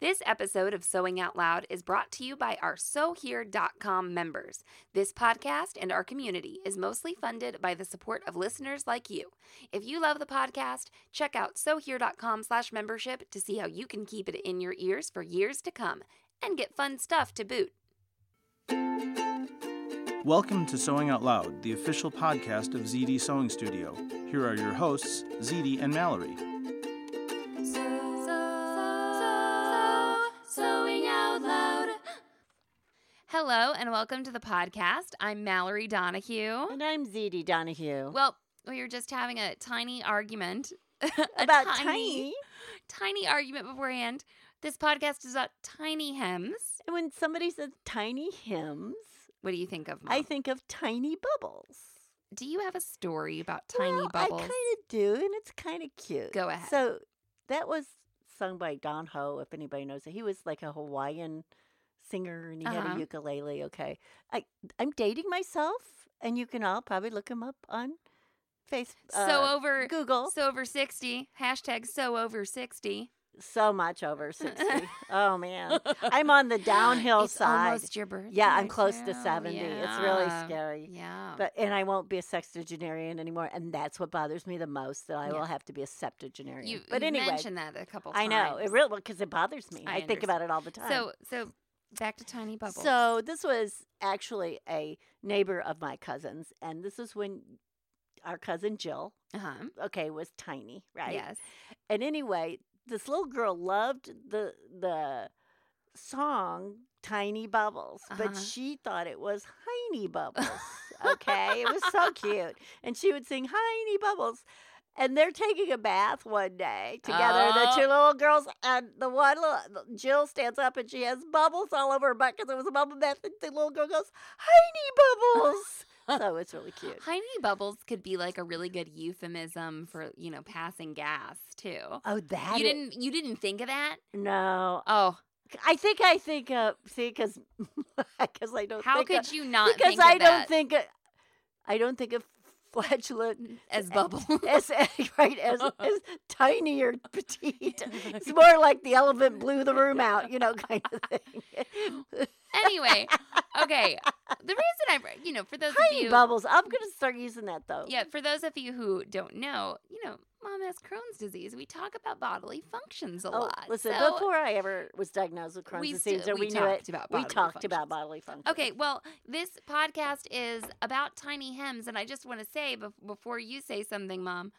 This episode of Sewing Out Loud is brought to you by our SewHere.com members. This podcast and our community is mostly funded by the support of listeners like you. If you love the podcast, check out SewHere.com slash membership to see how you can keep it in your ears for years to come and get fun stuff to boot. Welcome to Sewing Out Loud, the official podcast of ZD Sewing Studio. Here are your hosts, ZD and Mallory. Sewing out loud. Hello and welcome to the podcast. I'm Mallory Donahue. And I'm Zeddy Donahue. Well, we were just having a tiny argument A About tiny. tiny argument beforehand. This podcast is about tiny hems. And when somebody says tiny hymns, What do you think of? Mom? I think of tiny bubbles. Do you have a story about tiny Well, bubbles? I kind of do, and it's kind of cute. Go ahead. So that was sung by Don Ho, if anybody knows it. He was like a Hawaiian singer, and he had Uh-huh. a ukulele. Okay, I I'm dating myself, and you can all probably look him up on Facebook. so over Google. So over sixty. Hashtag so over sixty. so much over 60. oh man. I'm on the downhill It's side. Almost your birthday. Yeah, I'm close to too. 70. It's really Yeah. scary. Yeah. But and I won't be a sexagenarian anymore, and that's what bothers me the most that I Yeah. will have to be a septuagenarian. you, but you anyway, mentioned that a couple I times. know it really because it bothers me. I I, think about it all the time. So so back to tiny bubbles. so this was actually a neighbor of my cousin's, and this is when our cousin Jill, uh-huh. okay, was tiny, right? Yes. And anyway, this little girl loved the the song Tiny Bubbles, Uh-huh. but she thought it was Heiny Bubbles. okay, it was so cute, and she would sing Heiny Bubbles. And they're taking a bath one day together, Oh. the two little girls, and the one little Jill stands up and she has bubbles all over her butt because it was a bubble bath. And the little girl goes, "Heiny Bubbles." so it's really cute. Tiny bubbles could be like a really good euphemism for you know passing gas too. Oh, that you it- didn't you didn't think of that? No, Oh, I think I think uh see because Oh, because I don't how think could of, you not because think I of don't that think of, I don't think of flatulent as bubble? as right as, as tiny or petite. It's more like the elephant blew the room out, you know, kind of thing. anyway, okay. The reason I br- you know for those of Tiny you bubbles. I'm gonna start using that though. yeah for those of you who don't know you know mom has Crohn's disease. We talk about bodily functions a Oh, lot. listen. So- before I ever was diagnosed with Crohn's we disease, st- or we we, knew talked it, about we bodily talked about functions. bodily functions. Okay, well, this podcast is about tiny hems, and I just want to say bef- before you say something, Mom,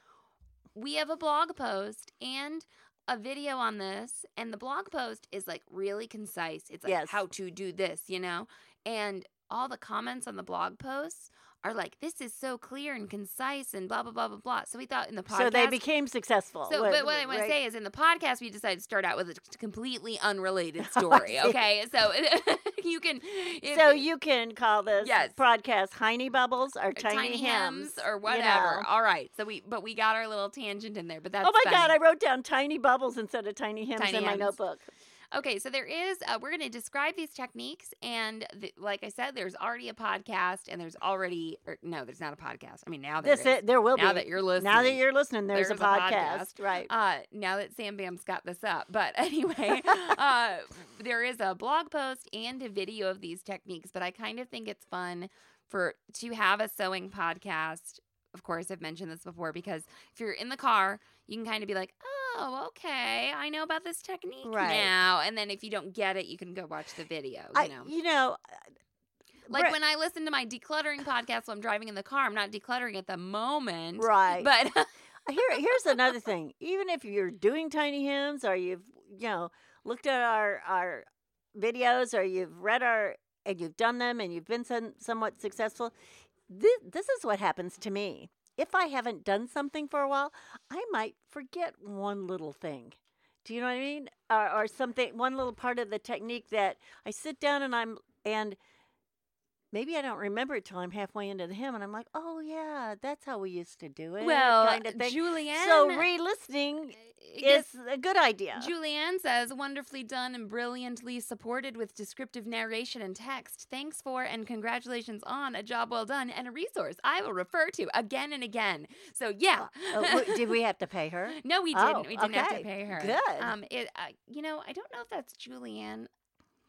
we have a blog post and a video on this, and the blog post is like really concise. It's like Yes. how to do this, you know, and all the comments on the blog posts are like, "This is so clear and concise," and blah blah blah blah blah. So we thought in the podcast, So they became successful. so, Wait, but what I want right? to say is, in the podcast, we decided to start out with a t- completely unrelated story. Oh, see. okay, so you can. if- So you can call this Yes. broadcast Heiny Bubbles or or Tiny, hems Hems or you whatever. know. All right, so we but we got our little tangent in there, but that's Oh my God, I funny. wrote down Tiny Bubbles instead of Tiny Hems Tiny in my Hems. notebook. okay, so there is. Uh, we're going to describe these techniques, and th- like I said, there's already a podcast, and there's already or, no, there's not a podcast. I mean, now there This is. it, there will now be. that you're listening. now that you're listening, there's, a, podcast, Oh, right? Uh, now that Sam Bam's got this up, but anyway, uh, there is a blog post and a video of these techniques. But I kind of think it's fun for to have a sewing podcast of course, I've mentioned this before because if you're in the car, you can kind of be like, oh, okay, I know about this technique Right. now. And then if you don't get it, you can go watch the video, you I, know? you know, Like Brett- when I listen to my decluttering podcast while I'm driving in the car, I'm not decluttering at the moment. right? But Here, here's another thing. Even if you're doing tiny hymns, or you've you know looked at our our videos, or you've read our and you've done them, and you've been some, somewhat successful, this, this is what happens to me. If I haven't done something for a while, I might forget one little thing. Do you know what I mean? Or, or something, one little part of the technique that I sit down and I'm and maybe I don't remember it till I'm halfway into the hymn, and I'm like, oh yeah, that's how we used to do it. well, kind of thing. Julianne. So re-listening is gets- a good idea. Julianne says, wonderfully done and brilliantly supported with descriptive narration and text. Thanks for and congratulations on a job well done and a resource I will refer to again and again. So, yeah. Oh, w- did we have to pay her? No, we Oh, didn't. we didn't have to okay. pay her. Good. Um, it, uh, you know, I don't know if that's Julianne.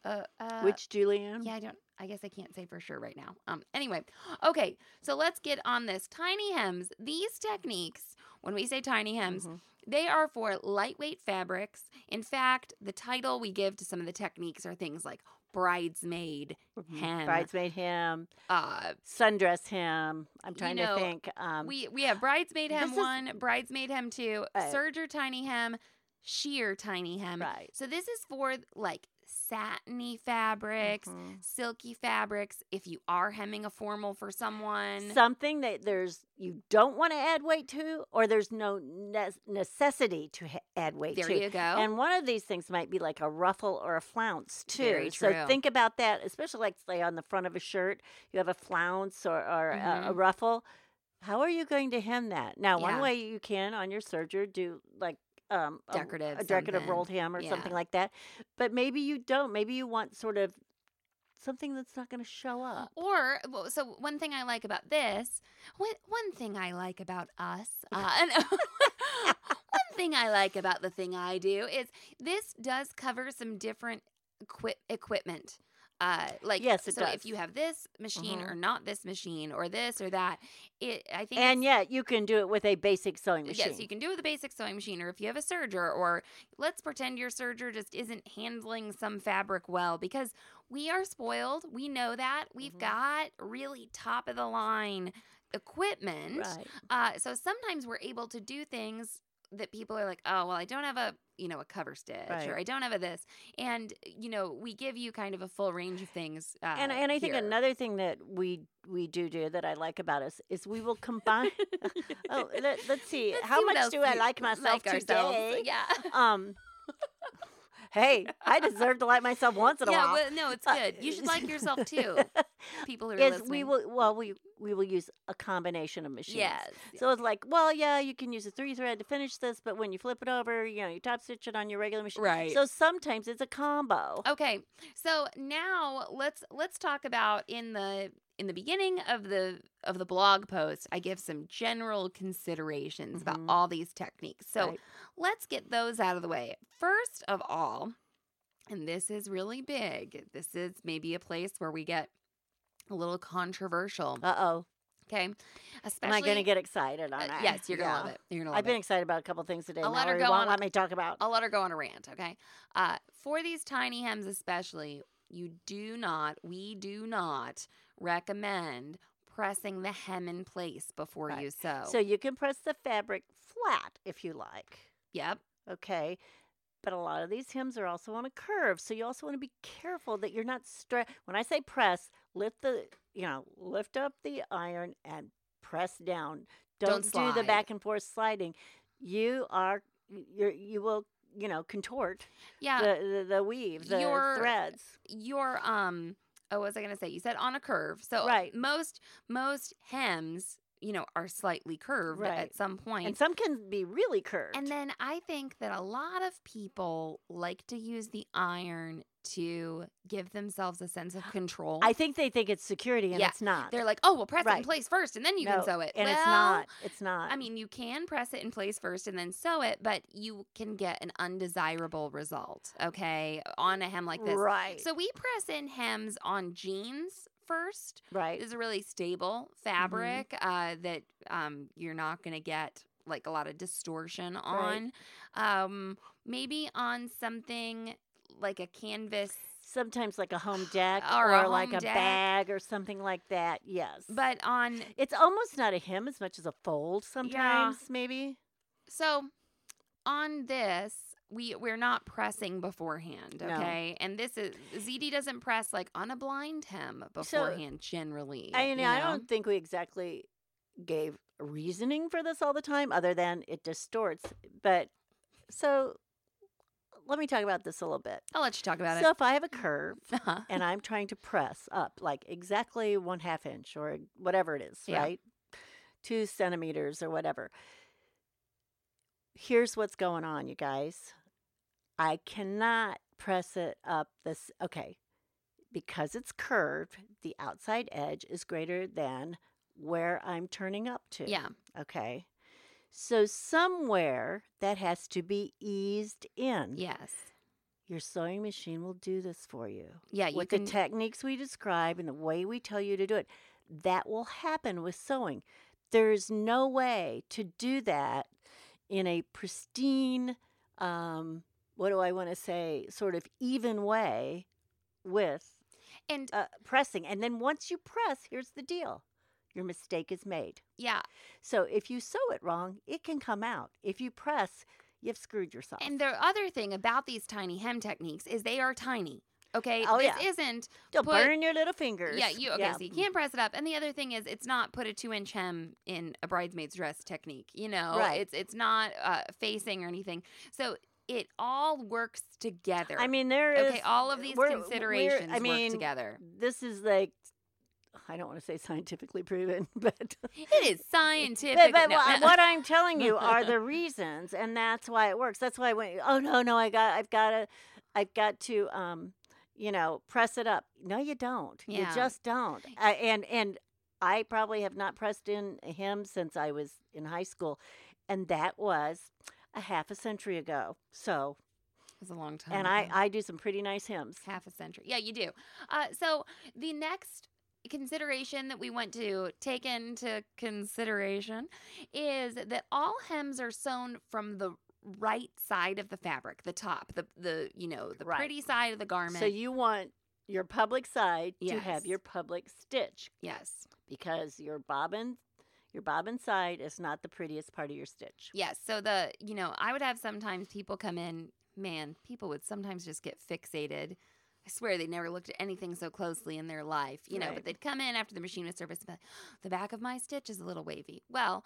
Uh, uh, Which Julianne? Yeah, I don't. I guess I can't say for sure right now. Um. Anyway, okay. So let's get on this. Tiny hems. These techniques. When we say tiny hems, Mhm. they are for lightweight fabrics. In fact, the title we give to some of the techniques are things like bridesmaid, Mhm. Hem. Bridesmaid him, uh, sundress him. I'm You trying know, to think. Um, we we have bridesmaid hem this is- one, bridesmaid hem two, Right. serger tiny hem, sheer tiny hem. right. So this is for like satiny fabrics, Mhm. silky fabrics. If you are hemming a formal for someone, Something that there's you don't want to add weight to, or there's no ne- necessity to ha- add weight there to. you go. And one of these things might be like a ruffle or a flounce too. Very true. So think about that, especially like say on the front of a shirt, you have a flounce or, or uh, a, a ruffle. How are you going to hem that? Now, Mm-hmm. Yeah. one way you can on your serger do like um, a- Decorative a, decorative something. rolled hem or something Yeah. like that, but maybe you don't. Maybe you want sort of something that's not going to show up. Uh, or well, so one thing I like about this, one, one thing I like about us, uh, and one thing I like about the thing I do is this does cover some different equip equipment. Uh, like Yes, it so if does. you have this machine Mhm. or not this machine or this or that, it I think And it's- yet, you can do it with a basic sewing machine. Yes, you can do it with a basic sewing machine, or if you have a serger, or let's pretend your serger just isn't handling some fabric well because we are spoiled. We know that. We've Mhm. got really top of the line equipment. Right. Uh, so sometimes we're able to do things that people are like, oh, well, I don't have a you know a cover stitch or Right. i don't have a this and you know we give you kind of a full range of things uh, and and I think here. another thing that we we do do that I like about us is we will combine. oh, let, let's see. Let's How see what much else do I we like myself ourselves. today? yeah Um. hey, I deserve to like myself once in a yeah, while. well, no, it's Uh, good. You should like yourself too. People who are is listening. we will well we we will use a combination of machines. Yes. So it's like, well, yeah, you can use a three thread to finish this, but when you flip it over, you know, you top stitch it on your regular machine. Right. Oh, So sometimes it's a combo. okay. So now let's let's talk about in the in the beginning of the of the blog post, I give some general considerations about Mhm. all these techniques. So Right. let's get those out of the way. First of all, and this is really big. This is maybe a place where we get a little controversial. Uh oh. Okay. Especially Am I going to get excited on uh, that? yes, you're gonna love it. You're gonna love I've it. been excited about a couple things today. I'll let her Mallory go won't on let me talk about. I'll let her go on a rant, okay? Uh, for these tiny hems, especially, you do not, we do not recommend pressing the hem in place before Right. you sew. So you can press the fabric flat if you like. yep. Okay. But a lot of these hems are also on a curve, so you also want to be careful that you're not stre When I say press, lift the you know lift up the iron and press down. Don't Don't, do slide. the back and forth sliding. You are you you will you know contort Yeah. the, the the weave the your- threads. your um oh what was i gonna say you said on a curve so Right. most most hems you know are slightly curved at Right. some point And some can be really curved. And then I think that a lot of people like to use the iron to give themselves a sense of control. I think they think it's security, and Yeah, it's not. They're like, oh, well, press it in Right. place first, and then you can No, sew it. and it's Well, not. It's not. I mean, you can press it in place first and then sew it, but you can get an undesirable result, okay, on a hem like this. right? So we press in hems on jeans first. Right. Mm-hmm. This is a really stable fabric uh, that um, you're not going to get like a lot of distortion on. Right. Um, maybe on something like a canvas, Sometimes like a home deck Or or, a like home a deck. bag or something like that. Yes. but on it's almost not a hem as much as a fold sometimes, maybe. so on this. We, we're not pressing beforehand, No. okay? And this is ZD doesn't press like on a blind hem beforehand generally. I mean, you I know? don't think we exactly gave reasoning for this all the time, other than it distorts. But so let me talk about this a little bit. I'll let you talk about so if I have a curve it. Uh-huh. and I'm trying to press up like exactly one half inch or whatever it is, Yeah. right? Two centimeters or whatever. Here's what's going on, you guys. I cannot press it up this. Okay. Because it's curved, the outside edge is greater than where I'm turning up to. Yeah. Okay. So somewhere that has to be eased in. Yes. Your sewing machine will do this for you Yeah. uh, You with can the techniques we describe and the way we tell you to do it. That will happen with sewing. There is no way to do that in a pristine, um, what do I want to say, sort of even way with and uh, pressing. And then once you press, here's the deal your mistake is made. yeah, So if you sew it wrong, it can come out. If you press, you've screwed yourself. And the other thing about these tiny hem techniques is they are tiny. Okay, Oh, this yeah. isn't. You'll put- burn your little fingers. Yeah, you okay? So you can't press it up. And the other thing is, it's not put a two-inch hem in a bridesmaid's dress technique. You know, Right. it's it's not uh, facing or anything. So it all works together. I mean, there is okay, all of these we're- we're- considerations I mean, work together. This is like I don't want to say scientifically proven, but It is scientific. but, but no, what, no. what I'm telling you are the reasons, and that's why it works. That's why I went. Oh no, no, I got, I've got to, I've got to, um, you know, press it up. No, you don't. Yeah. You just don't. Uh, and and I probably have not pressed in him since I was in high school, and that was a half a century ago. So, It was a long time. and I ago. I do some pretty nice hymns. half a century. Yeah, you do. Uh, so the next consideration that we want to take into consideration is that all hems are sewn from the right side of the fabric, the top, the the you know the Right. pretty side of the garment. So you want your public side to Yes. have your public stitch yes, because your bobbin your bobbin side is not the prettiest part of your stitch. yes. So the you know I would have sometimes people come in. Man, people would sometimes just get fixated. I swear they never looked at anything so closely in their life, you know. But Right. they'd come in after the machine was serviced and be like, the back of my stitch is a little wavy. Well,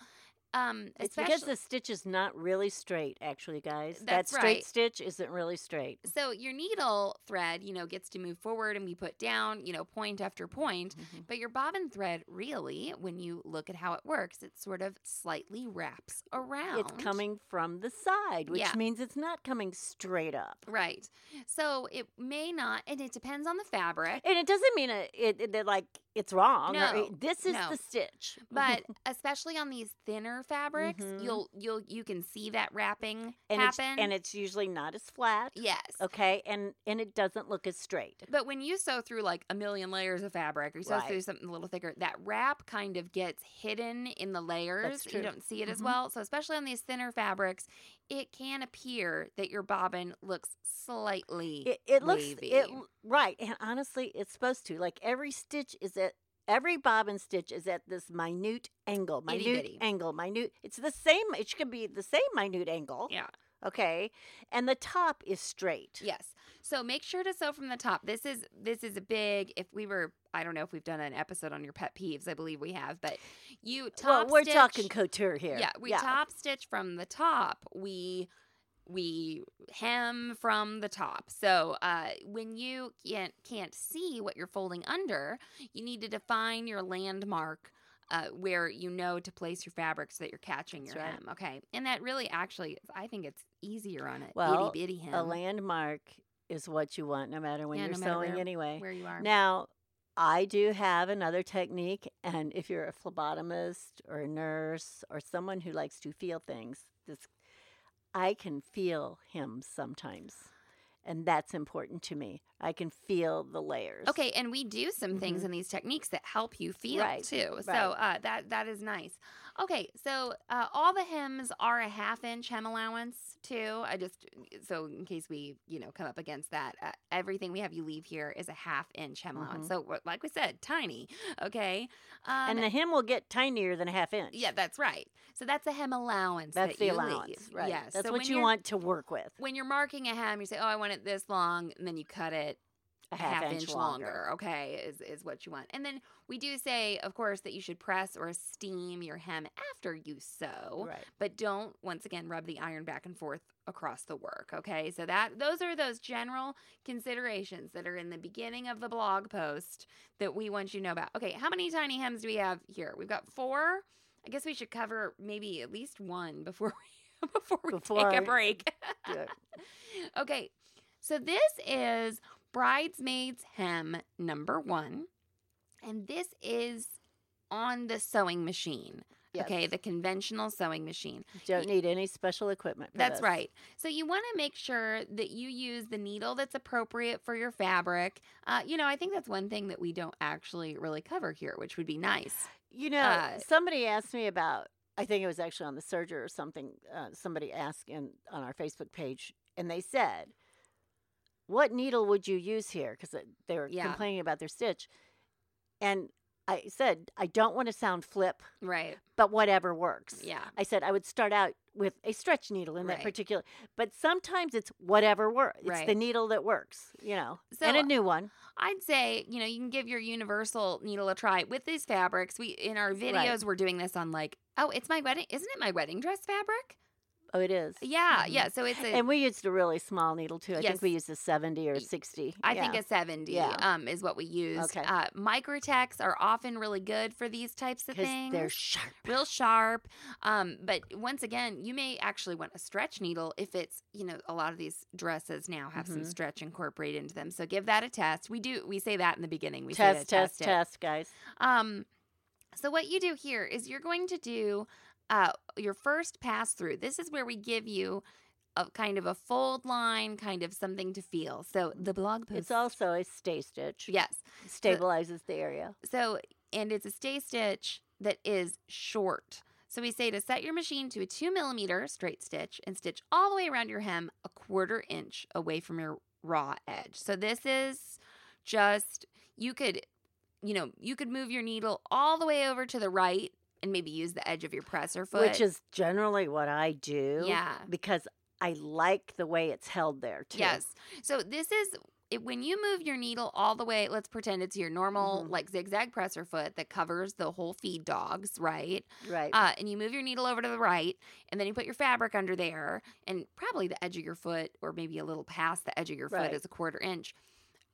um, It's especially because the stitch is not really straight, actually, guys. That's that straight right. stitch isn't really straight. so your needle thread, you know, gets to move forward and be put down, you know, point after point. Mm-hmm. But your bobbin thread, really, when you look at how it works, it sort of slightly wraps around. It's coming from the side, which Yeah. means it's not coming straight up. Right. So it may not, and it depends on the fabric, And it doesn't mean it, it, it- that, like it's wrong. or- No, this is no. the stitch. but especially on these thinner fabrics, Mhm. you'll you'll you can see that wrapping and it's, happen. and it's usually not as flat. yes. Okay, and and it doesn't look as straight. But when you sew through like a million layers of fabric, or you sew Right. through something a little thicker, that wrap kind of gets hidden in the layers. You true. don't see it as Mhm. well. So especially on these thinner fabrics, it can appear that your bobbin looks slightly. It, it looks it wavy. l- right, and honestly, it's supposed to. Like every stitch is at every bobbin stitch is at this minute angle, minute Itty-bitty. angle, minute. It's the same. It should be the same minute angle. Yeah. Okay, and the top is straight. Yes. So make sure to sew from the top. This is this is a big. If we were, I don't know if we've done an episode on your pet peeves. I believe we have, but you Well, top. we're stitch- talking couture here. Yeah, we top stitch from the top. We we hem from the top. So uh, when you can't can't see what you're folding under, you need to define your landmark. Uh, where you know to place your fabric so that you're catching That's your right. hem, okay? And that really, actually, I think it's easier on it. Well, itty bitty hem, A landmark is what you want, no matter when Yeah, you're no matter sewing where- anyway. where you are. Now, I do have another technique, and if you're a phlebotomist or a nurse or someone who likes to feel things, this I can feel him sometimes, and that's important to me. I can feel the layers. Okay, and we do some things Mhm. in these techniques that help you feel Right, too. So right. uh, that that is nice. Okay, so uh, all the hymns are a half inch hem allowance too. I just so in case we you know come up against that, uh, everything we have you leave here is a half inch hem allowance. Mhm. So wh- like we said, tiny. Okay, um, And the hem will get tinier than a half inch. yeah, that's right. So that's a hem allowance. That's that the you allowance, leave. right? Yes. That's So what when you you're- want to work with. When you're marking a hem, you say, "Oh, I want it this long," and then you cut it A half, inch, longer. okay is, is what you want and then we do say of course that you should press or steam your hem after you sew Right. but don't once again rub the iron back and forth across the work okay so that those are those general considerations that are in the beginning of the blog post that we want you to know about okay how many tiny hems do we have here we've got four i guess we should cover maybe at least one before we before we take Before- a break Do it. Okay, so this is bridesmaid's hem number one, and this is on the sewing machine. Yes. Okay, the conventional sewing machine. Don't need any special equipment. For That's this. right. So you want to make sure that you use the needle that's appropriate for your fabric. Uh, you know, I think that's one thing that we don't actually really cover here, which would be nice. You know, Uh, somebody asked me about. I think it was actually on the serger or something. Uh, somebody asked in, on our Facebook page, and they said, "What needle would you use here?" Because they were Yeah. complaining about their stitch, and I said, "I don't want to sound flip, Right. but whatever works." Yeah. I said I would start out with a stretch needle in Right. that particular, but sometimes it's whatever works. It's the Right. needle that works, you know, So and a new one. I'd say, you know, you can give your universal needle a try with these fabrics. We in our videos Right. we're doing this on like, oh, it's my wedding isn't it my wedding dress fabric? Oh, it is. Yeah, Mhm. yeah. So it's a I And we used a really small needle too. I Yes. think we used a 70 or 60. think a 70 Yeah. um, is what we use. Okay. Uh, microtex are often really good for these types of because things. they're sharp. real sharp. Um, but once again, you may actually want a stretch needle if it's, you know, a lot of these dresses now have some Mhm. stretch incorporated into them. So give that a test. We do, we say that in the beginning. We say Test, to test, it. test, guys. Um, so what you do here is you're going to do uh, your first pass through. This is where we give you a kind of a fold line, kind of something to feel. So the blog post. It's also a stay stitch. yes. Stabilizes the area. So and it's a stay stitch that is short. So we say to set your machine to a two millimeter straight stitch and stitch all the way around your hem a quarter inch away from your raw edge. So this is just you could you know you could move your needle all the way over to the right and maybe use the edge of your presser foot Which is generally what I do. Yeah. Because I like the way it's held there too. Yes. So this is it, when you move your needle all the way. Let's pretend it's your normal Mhm. like zigzag presser foot that covers the whole feed dogs, right? Right. Uh, and you move your needle over to the right, and then you put your fabric under there, and probably the edge of your foot, or maybe a little past the edge of your foot, Right. is a quarter inch.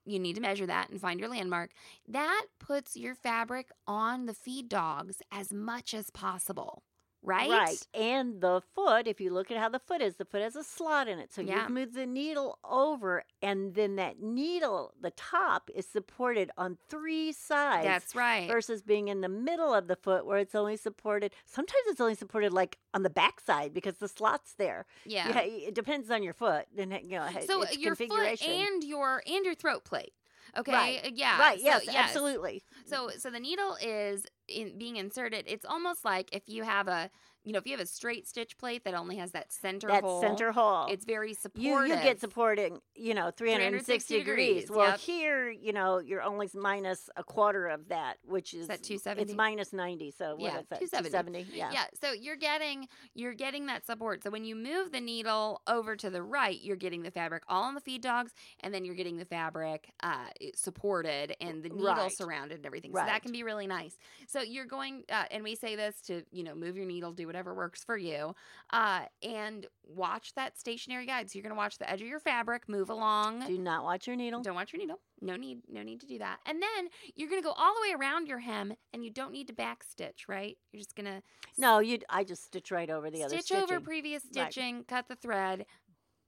You need to measure that and find your landmark. That puts your fabric on the feed dogs as much as possible, right? And the foot, if you look at how the foot is, the foot has a slot in it. So Yeah. you've moved the needle over, and then that needle, the top, is supported on three sides. That's right. Versus being in the middle of the foot where it's only supported. Sometimes it's only supported like on the backside because the slot's there. yeah. Yeah, it depends on your foot. Then you know, h- so its your foot configuration. and your and your throat plate. Okay. Right. Uh, Yeah. right. So, Yes, Absolutely. So so the needle is in being inserted. It's almost like if you have a you know if you have a straight stitch plate that only has that center That hole. center hole. It's very you supportive. you get supporting you know 360 360, degrees, degrees, well yep. here you know you're only s- minus a quarter of that which is that 270? it's minus 90 so what Yeah, is that 270. 270 yeah, yeah. So you're getting you're getting that support. So when you move the needle over to the right, you're getting the fabric all on the feed dogs, and then you're getting the fabric uh, it- supported and the needle Right. surrounded and everything. So that Right. can be really nice. So you're going, uh, and we say this to you know move your needle, do whatever works for you, uh, and watch that stationary guide. So you're going to watch the edge of your fabric move along. do not watch your needle Don't watch your needle. No need, no need to do that. And then you're gonna go all the way around your hem, and you don't need to back stitch, right? You're just gonna no you i just stitch right over the other stitch stitching. over previous Right. stitching, cut the thread.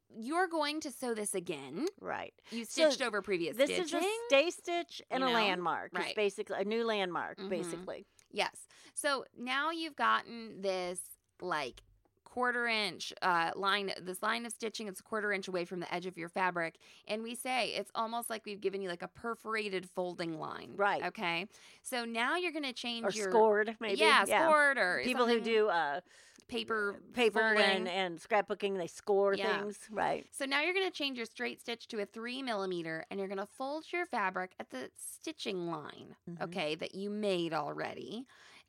You're going to sew this again. right You So stitched over previous this stitching. is a stay stitch and you a know? landmark it's Right. basically a new landmark Mhm. basically yes. So now you've gotten this like quarter inch uh, line, this line of stitching. It's a quarter inch away from the edge of your fabric. And we say it's almost like we've given you like a perforated folding line. Right. Okay. So now you're going to change or your. scored maybe. Yeah, scored or People who something, do uh, paper paper folding. and, and scrapbooking, they score Yeah. things, right? So now you're going to change your straight stitch to a three millimeter and you're going to fold your fabric at the stitching line, Mhm. okay, that you made already.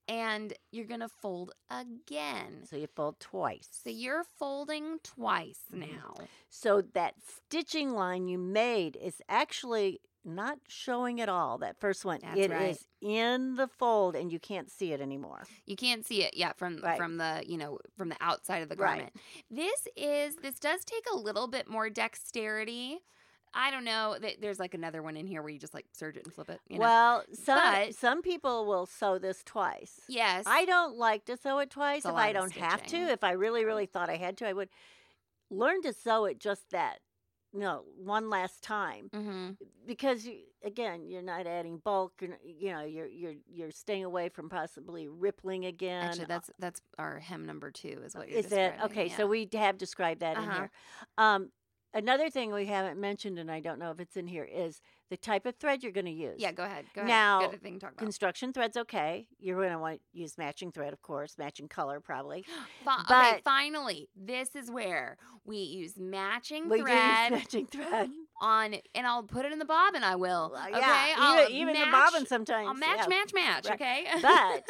And you're going to fold again. So you fold twice. So you're folding twice Mhm. now. So that stitching line you made is actually not showing at all. That first one, It That's is right. in the fold, and you can't see it anymore. You can't see it yet from Right. from the you know from the outside of the Right. garment. This is this does take a little bit more dexterity. I don't know. th- There's like another one in here where you just like surge it and flip it. You know? Well, some But- some people will sew this twice. yes, I don't like to sew it twice a if lot I of don't have to. stitching. If I really, really thought I had to, I would learn to sew it just that, you know, one last time. hmm because you, again you're not adding bulk you're, n- you know you're you're you're staying away from possibly rippling again Actually, that's that's our hem number two uh, is what you're is it describing, okay yeah. so we d- have described that in Uh-huh. here um another thing we haven't mentioned and i don't know if it's in here is the type of thread you're going to use yeah, go ahead. Go ahead. Now, Got a thing to talk about. construction thread's okay you're going to want to use matching thread of course matching color probably Fi- okay, but- finally, this is where we use matching we do use thread matching thread on, and I'll put it in the bobbin. I will. Well, Oh, uh, Okay, yeah I'll even, even the match- bobbin sometimes I'll match, yeah. match, match. Right. Okay, But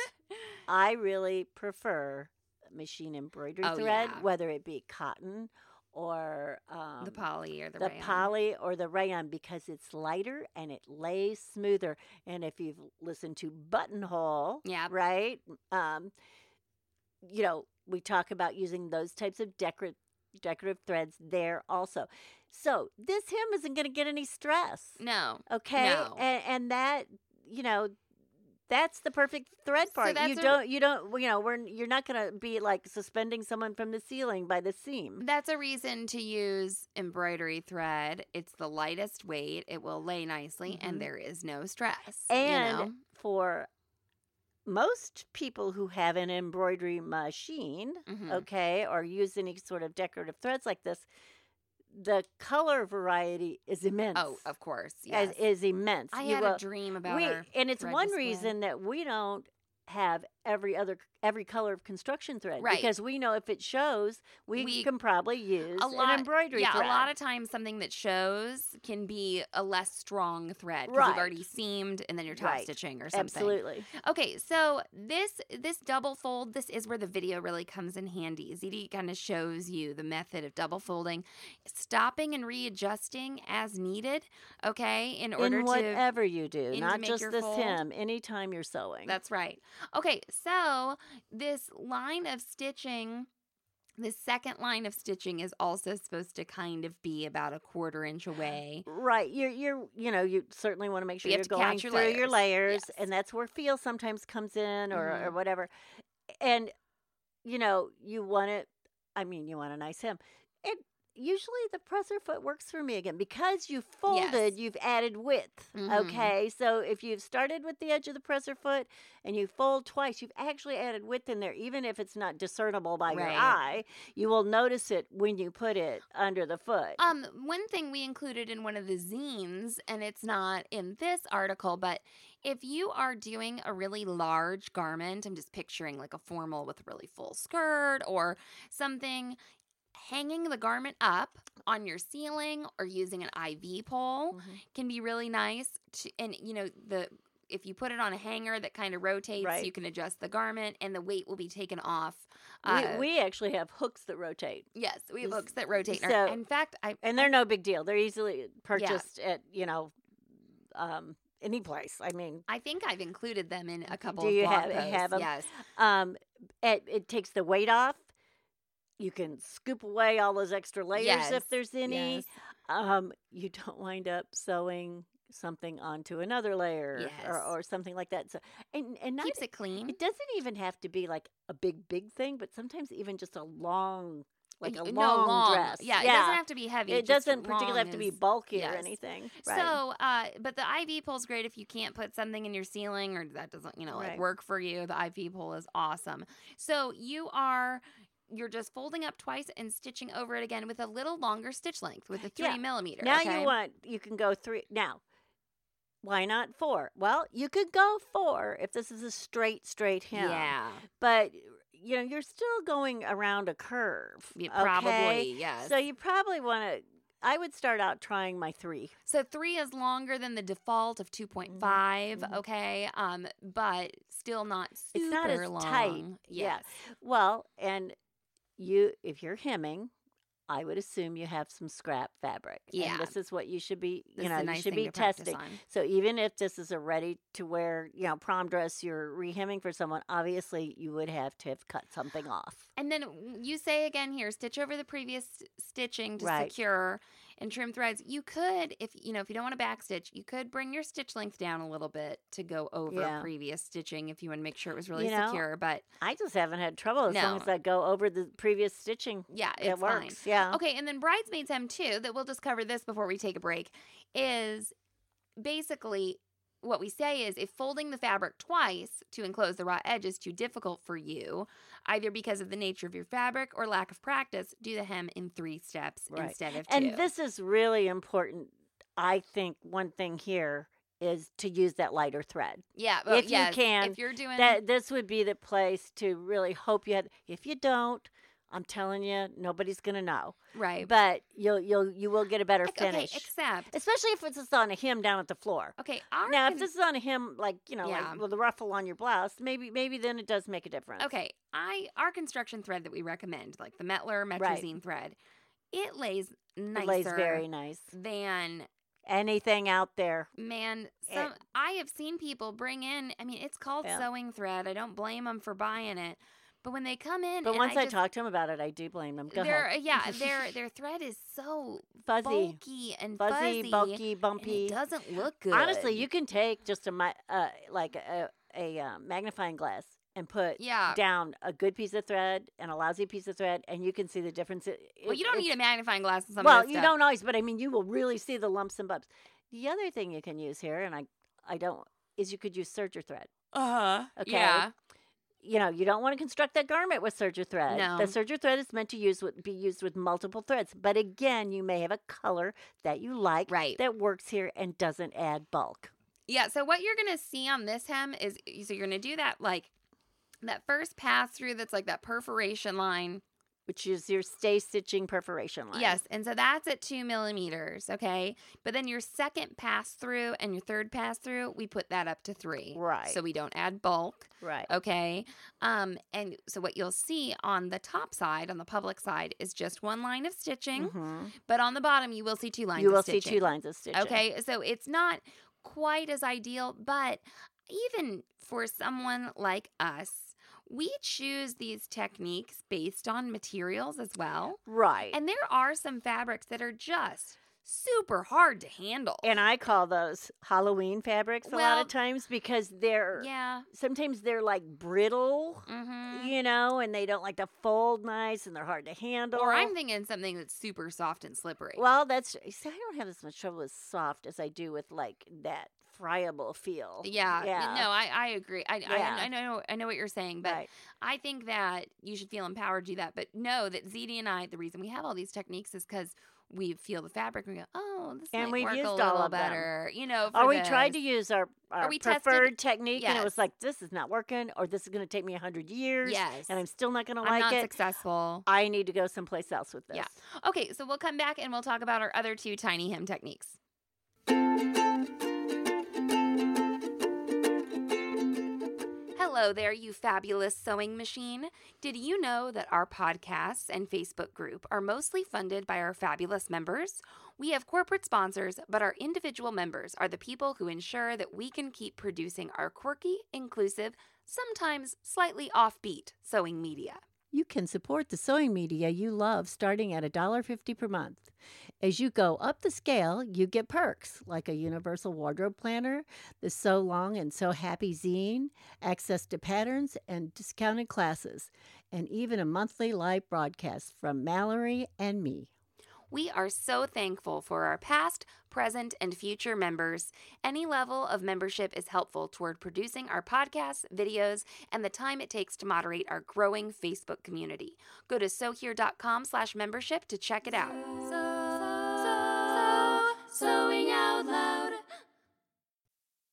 I really prefer machine embroidery Oh, thread, yeah. whether it be cotton or um, the poly or the, the rayon. poly or the rayon, because it's lighter and it lays smoother. And if you've listened to Buttonhole, Yeah. right, um, you know we talk about using those types of decorative decorative threads there also. So this hem isn't going to get any stress. No. Okay. No. And, and that, you know, that's the perfect thread So for it. You that's a- don't, you don't, well, you know, we're, you're not going to be like suspending someone from the ceiling by the seam. That's a reason to use embroidery thread. It's the lightest weight. It will lay nicely, Mhm. and there is no stress. And you know? for most people who have an embroidery machine, Mhm. okay, or use any sort of decorative threads like this, the color variety is immense. oh, of course. Yes. As- is immense. I You had will- a dream about we, our and it's thread one display. reason that we don't have every other every color of construction thread Right. because we know if it shows we, We- can probably use a lot, an embroidery yeah, thread. a lot of times something that shows can be a less strong thread because Right. you've already seamed and then you're top Right. stitching or something. absolutely Okay, so this this double fold, this is where the video really comes in handy. ZD kind of shows you the method of double folding, stopping and readjusting as needed. Okay, in order in to whatever you do to not make just your this fold. hem anytime you're sewing That's right. Okay, so this line of stitching, this second line of stitching is also supposed to kind of be about a quarter inch away. right you're you're you know you certainly want to make sure You you have are to going catch through your your layers. layers Yes. and that's where feel sometimes comes in or Mhm. or whatever and you know you want it i mean you want a nice hem and usually the presser foot works for me again because you folded Yes. you've added width Mhm. okay so if you've started with the edge of the presser foot and you fold twice you've actually added width in there even if it's not discernible by your Right. eye you will notice it when you put it under the foot Um, one thing we included in one of the zines, and it's not in this article, but if you are doing a really large garment, I'm just picturing like a formal with a really full skirt or something, hanging the garment up on your ceiling or using an IV pole Mhm. can be really nice to, and you know the if you put it on a hanger that kind of rotates Right. you can adjust the garment and the weight will be taken off Uh, we, we actually have hooks that rotate yes we have s- hooks that rotate in, so- our, in fact i and I- they're no big deal they're easily purchased at you know um, any place i mean I think I've included them in a couple Do of you blog have- posts. have 'em? Yes. Um, it, it takes the weight off. You can scoop away all those extra layers Yes, if there's any. Yes. Um, you don't wind up sewing something onto another layer or, Yes. or something like that. So, and and not, Keeps it clean. it doesn't even have to be like a big big thing, but sometimes even just a long like a Y- long, no, dress. Yeah, it doesn't have to be heavy. It just doesn't particularly have long to be is- bulky or yes. anything. Right. So, uh, but the IV pole's great if you can't put something in your ceiling or that doesn't, you know, Right. like work for you. The IV pole is awesome. So you are you're just folding up twice and stitching over it again with a little longer stitch length with a three Yeah. millimeter. Now okay? you want you can go three now. Why not four? Well, you could go four if this is a straight, straight hem. yeah, But you know, you're still going around a curve. yeah, okay? probably yes. So you probably want to I would start out trying my three. So three is longer than the default of two point five. mhm. Okay, um, but still not super It's not as long. tight, yeah. Yes. Well, and you if you're hemming I would assume you have some scrap fabric. Yeah. And this is what you should be, you This is know, a nice you should thing be to practice testing. on. So even if this is a ready to wear, you know, prom dress you're rehemming for someone, obviously you would have to have cut something off. And then w- you say again here, stitch over the previous s- stitching to Right. secure and trim threads. You could, if you know, if you don't want to back stitch, you could bring your stitch length down a little bit to go over Yeah. previous stitching if you want to make sure it was really You know, secure. But I just haven't had trouble as long No. as I go over the previous stitching. yeah, it's it works. fine. Yeah. Okay, and then bridesmaids hem too. That we'll just cover this before we take a break. Is basically what we say is if folding the fabric twice to enclose the raw edge is too difficult for you, either because of the nature of your fabric or lack of practice, do the hem in three steps Right. instead of two. And this is really important. I think one thing here is to use that lighter thread. yeah, well, if you yes, can, if you're doing That this would be the place to really hope you had if you don't, I'm telling you, nobody's gonna know. right, But you'll you'll you will get a better Ec- okay, finish. except Especially if it's just on a hem down at the floor. okay, our Now, if con- this is on him, like you know, Yeah. like with the ruffle on your blouse, maybe maybe then it does make a difference. Okay, I our construction thread that we recommend, like the Metler Metrazine thread, it lays nicer it lays very nice. than Anything out there? Man, It- some I have seen people bring in. I mean, it's called Eh. Yeah. sewing thread. I don't blame them for buying it, but when they come in, But and once I, just- talk to him about it, I do blame him. Go their ahead. yeah, their their thread is so fuzzy, bulky and fuzzy, fuzzy, bulky, and it bumpy. doesn't look good. Honestly, you can take just a mi- uh, like a a uh, magnifying glass and put yeah. down a good piece of thread and a lousy piece of thread, and you can see the difference. It- well, it- you don't it's- need a magnifying glass. In some well, of this you stuff. don't always, but I mean, you will really see the lumps and bumps. The other thing you can use here, and I, I don't, is you could use serger thread. Uh huh. Okay. Yeah. You know, you don't want to construct that garment with serger thread. No. The serger thread is meant to use with, be used with multiple threads, but again, you may have a color that you like Right. that works here and doesn't add bulk. Yeah. So what you're gonna see on this hem is so you're gonna do that like that first pass through. That's like that perforation line. Which is your stay stitching perforation line. Yes, and so that's at two millimeters, okay. But then your second pass through and your third pass through, we put that up to three, Right. So we don't add bulk, Right. okay. Um, and so what you'll see on the top side, on the public side, is just one line of stitching, Mhm. but on the bottom you will see two lines. You of will see stitching. two lines of stitching. Okay, so it's not quite as ideal, but even for someone like us. We choose these techniques based on materials as well. Right. And there are some fabrics that are just super hard to handle. and I call those Halloween fabrics a lot Well, of times because they're yeah. sometimes they're like brittle, hmm you know, and they don't like to fold nice and they're hard to handle. Or I'm thinking something that's super soft and slippery. well, that's see, I don't have as much trouble with soft as I do with like that friable feel. yeah, y- yeah, No, I, I agree. I, Yeah. I I know I know what you're saying, but right. I think that you should feel empowered to do that. But know that ZD and I, the reason we have all these techniques is because we feel the fabric and we go, oh, this And might we've work a used all little of them. better. You know, for Or Oh, we tried to this. use our, our we tested- preferred technique, and it was Yes. like, this is not working, or this is going to take me a 100 years, Yes. and I'm still not going to I'm like not it. successful. I need to go someplace else with this. Yeah. Okay, so we'll come back and we'll talk about our other two tiny hem techniques. Hello there, you fabulous sewing machine. Did you know that our podcasts and Facebook group are mostly funded by our fabulous members? We have corporate sponsors, but our individual members are the people who ensure that we can keep producing our quirky, inclusive, sometimes slightly offbeat sewing media. You can support the sewing media you love starting at $1.50 per month. As you go up the scale, you get perks like a universal wardrobe planner, the So Long and So Happy zine, access to patterns and discounted classes, and even a monthly live broadcast from Mallory and me. We are so thankful for our past, present, and future members. Any level of membership is helpful toward producing our podcasts, videos, and the time it takes to moderate our growing Facebook community. Go to sohere.com slash membership to check it out. sewing out loud.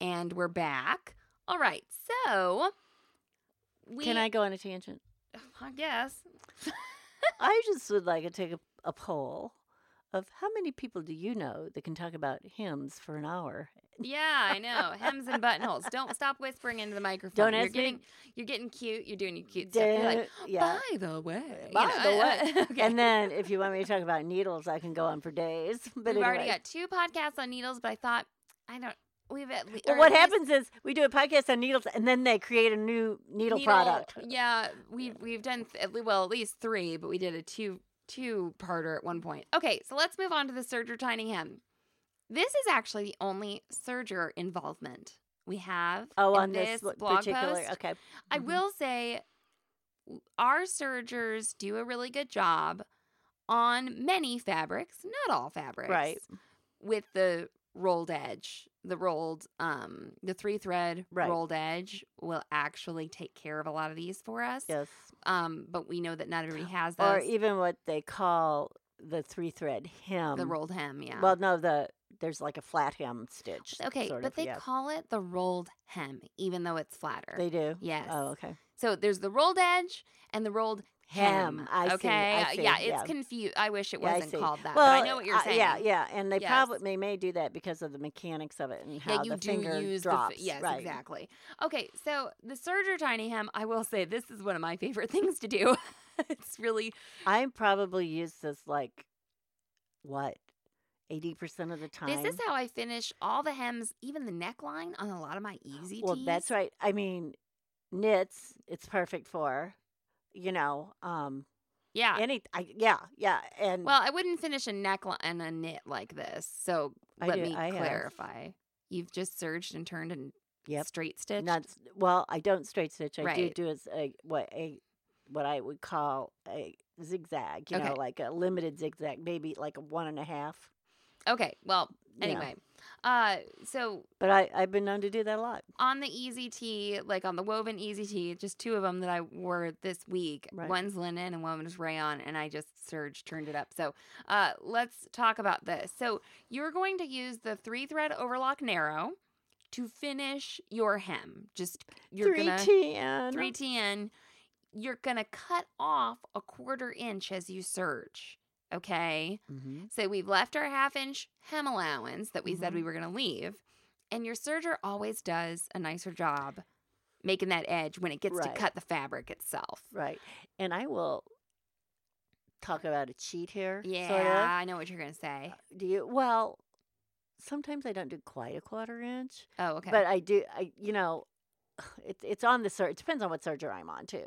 And we're back. All right, so we Can I go on a tangent? I guess. I just would like to take a, a poll of how many people do you know that can talk about hymns for an hour? Yeah, I know. Hems and buttonholes. Don't stop whispering into the microphone. Don't you're ask me- getting you're getting cute. You're doing your cute stuff. You're like, Don't- yeah. by the way. you By know, the I- way. I- okay. And then if you want me to talk about needles, I can go on for days. But we've already anyway. got two podcasts on needles, but I thought I don't we've at least Well, what happens is we do a podcast on needles, and then they create a new needle, product. Yeah, we we've done th- at le- well at least three, but we did a two two parter at one point. Okay, so let's move on to the serger tiny hem. This is actually the only serger involvement we have. Oh, in on this, w- blog particular. post. Okay. I Mhm. will say w- our sergers do a really good job on many fabrics, not all fabrics. Right. With the rolled edge, the rolled um the three thread Right. rolled edge will actually take care of a lot of these for us. Yes. Um but we know that not everybody has those. Or even what they call the three thread hem. the rolled hem, yeah. um, Well, no, the there's like a flat hem stitch. okay, sort but of, they yeah. call it the rolled hem even though it's flatter. They do. Yes. Oh, okay. So there's the rolled edge and the rolled hem. Hem. I see, okay. I Uh, see, Yeah, it's yeah. confused. I wish it Yeah, I wasn't see. called that, well, but I know what you're uh, saying. Yeah, yeah, and they Yes. probably they may do that because of the mechanics of it and how Yeah, you the do finger use drops. the fi- yes, right. exactly. Okay, so the serger tiny hem. I will say this is one of my favorite things to do. it's really I probably use this like what eighty percent of the time. this is how I finish all the hems, even the neckline on a lot of my easy. Well, tees. that's right. I mean, knits it's perfect for, you know, um, Yeah. any. I, yeah, yeah, and Ah. well, I wouldn't finish a neckline and a knit like this. So I let do- me I have. clarify. You've just surged and turned and Yep. straight stitched. not s- well. I don't straight stitch. I do Right. do is a what a what I would call a zigzag. You Okay. know, like a limited zigzag, maybe like a one and a half. Okay. Well, Yeah. anyway. Uh so But I I've been known to do that a lot. on the easy tee, like on the woven easy tee, just two of them that I wore this week. Right. One's linen and one was rayon and I just surge turned it up. So, uh let's talk about this. So, you're going to use the 3 thread overlock narrow to finish your hem. Just you're Three going to TN. 3TN, you're going to cut off a quarter inch as you surge. Okay? Mhm. So we've left our half inch hem allowance that we said Mhm. we were going to leave. And your serger always does a nicer job making that edge when it gets Right. to cut the fabric itself. Right, and I will talk about a cheat here. Yeah, Sort of. I know what you're going to say. Do you? Well, sometimes I don't do quite a quarter inch, Oh, okay. but I do. I you know, it's it's on the sur It depends on what serger I'm on too,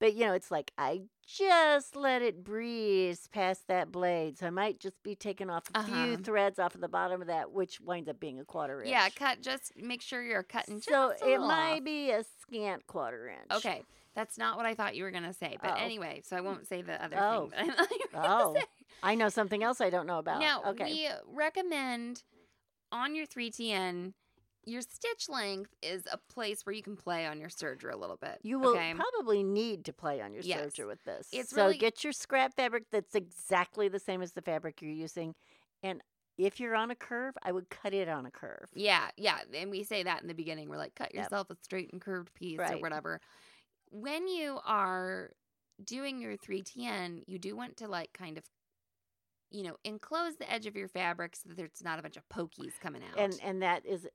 but you know, it's like I just let it breeze past that blade, so I might just be taking off a Uh-huh. few threads off of the bottom of that, which winds up being a quarter inch. yeah, cut just make sure you're cutting just So a it little might off. be a scant quarter inch. Okay. That's not what I thought you were going to say. But Oh. anyway, so I won't say the other Oh. thing. But I thought you were gonna Oh, say. I know something else I don't know about. Now, okay. we recommend on your 3TN, your stitch length is a place where you can play on your serger a little bit. You will okay? probably need to play on your Yes. serger with this. It's so really- get your scrap fabric that's exactly the same as the fabric you're using And if you're on a curve, I would cut it on a curve. Yeah, yeah. And we say that in the beginning. We're like, cut Yep. yourself a straight and curved piece or Right. whatever. When you are doing your 3TN, you do want to like kind of, you know, enclose the edge of your fabric so that there's not a bunch of pokies coming out. And and that is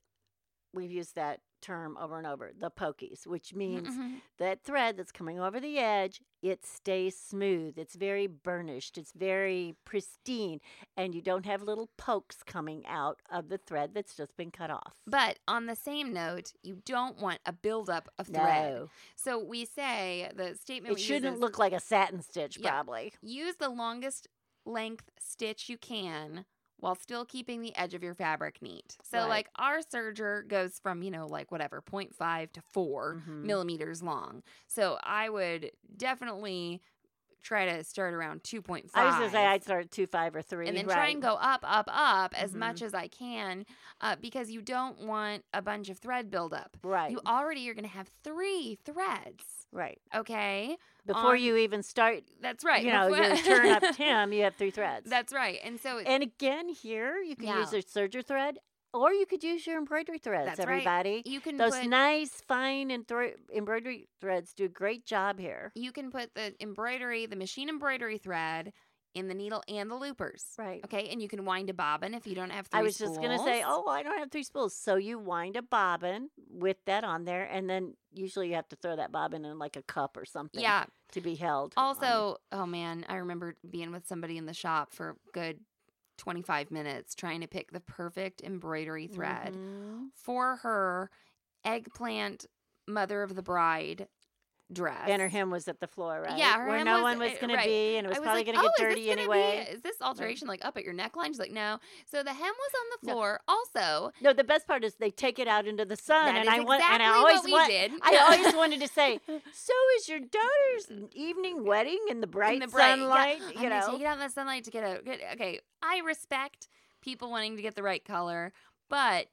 we've used that term over and over, the pokies, which means Mhm. that thread that's coming over the edge, it stays smooth. It's very burnished. It's very pristine. And you don't have little pokes coming out of the thread that's just been cut off. But on the same note, you don't want a buildup of thread. no, So we say the statement it we use shouldn't is, look like a satin stitch, Yeah. probably. Use the longest length stitch you can while still keeping the edge of your fabric neat. So, Right. like, our serger goes from, you know, like whatever, 0.5 to 4 Mhm. millimeters long. So, I would definitely try to start around 2.5. I was going to say I'd start at two, five, or three. and then right. try and go up, up, up as Mhm. much as I can uh, because you don't want a bunch of thread buildup. Right. You already are going to have three threads. right. Okay. Before on- you even start, That's right. you know, Before- your turn up Tim, you have three threads. That's right. And so, and again, here you can use Yeah. your serger thread or you could use your embroidery threads, That's right. everybody. You can Those put nice, fine, and thro- embroidery threads do a great job here. you can put the embroidery, the machine embroidery thread in the needle and the loopers. Right. Okay, and you can wind a bobbin if you don't have three I was just gonna say, spools. oh, I don't have three spools. So you wind a bobbin with that on there, and then usually you have to throw that bobbin in like a cup or something Yeah. to be held. on Also, oh man, I remember being with somebody in the shop for a good 25 minutes trying to pick the perfect embroidery it. thread Mhm. for her eggplant mother of the bride dress. And her hem was at the floor, right? Yeah, her where hem no was- one was uh, gonna right. be, and it was, I probably like, gonna get "Oh, is this dirty gonna be- anyway. is this alteration like up at your neckline? She's like, no. So the hem was on the No. floor. Also, No, the best part is they take it out into the sun, that and is I want, and I exactly always what we want, did. I always wanted to say, so is your daughter's evening wedding in the bright, in the bright sunlight? Yeah. You I'm gonna know, take it out in the sunlight to get a good. Okay, I respect people wanting to get the right color, but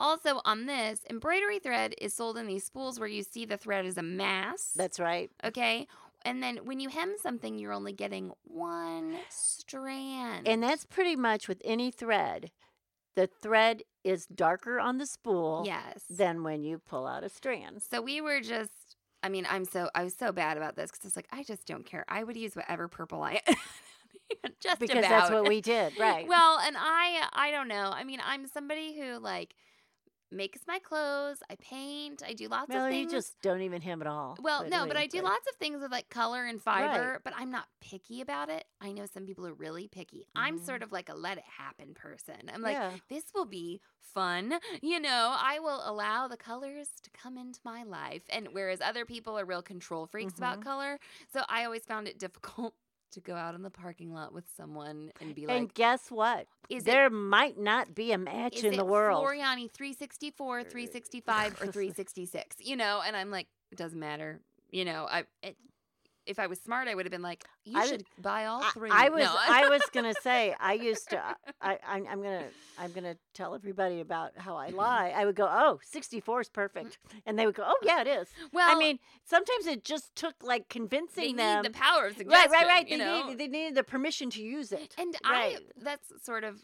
also on this embroidery thread is sold in these spools where you see the thread as a mass. that's right. okay. And then when you hem something, you're only getting one strand. And that's pretty much with any thread. The thread is darker on the spool yes. than when you pull out a strand. So we were just. I mean, I'm so I was so bad about this because I was like, I just don't care. I would use whatever purple I just Because about. that's what we did, right? Well, and I I don't know. I mean, I'm somebody who like makes my clothes, I paint, I do lots Mel, of you things. just don't even hem at all. well, But no, anyway, but I do right. lots of things with like color and fiber, but I'm not picky about it. I know some people are really picky. I'm Mhm. sort of like a let it happen person. I'm like, Yeah. this will be fun. You know, I will allow the colors to come into my life. And whereas other people are real control freaks about Mhm. color, so I always found it difficult to go out in the parking lot with someone and be like, And guess what? is it there might not be a match is in it the world. Floriani 364, 365, or 366. You know, and I'm like, it doesn't matter. You know, I it, if I was smart, I would have been like, you I should buy all I- three. I, was No, I was gonna say I used to I, I I'm gonna I'm gonna tell everybody about how I lie. I would go, oh, 64 is perfect, and they would go, oh yeah, it is. Mm. well, I mean, sometimes it just took like they convincing need them. the power of right, suggestion. right, right. They, You know? needed, they needed the permission to use it. and right. I, that's sort of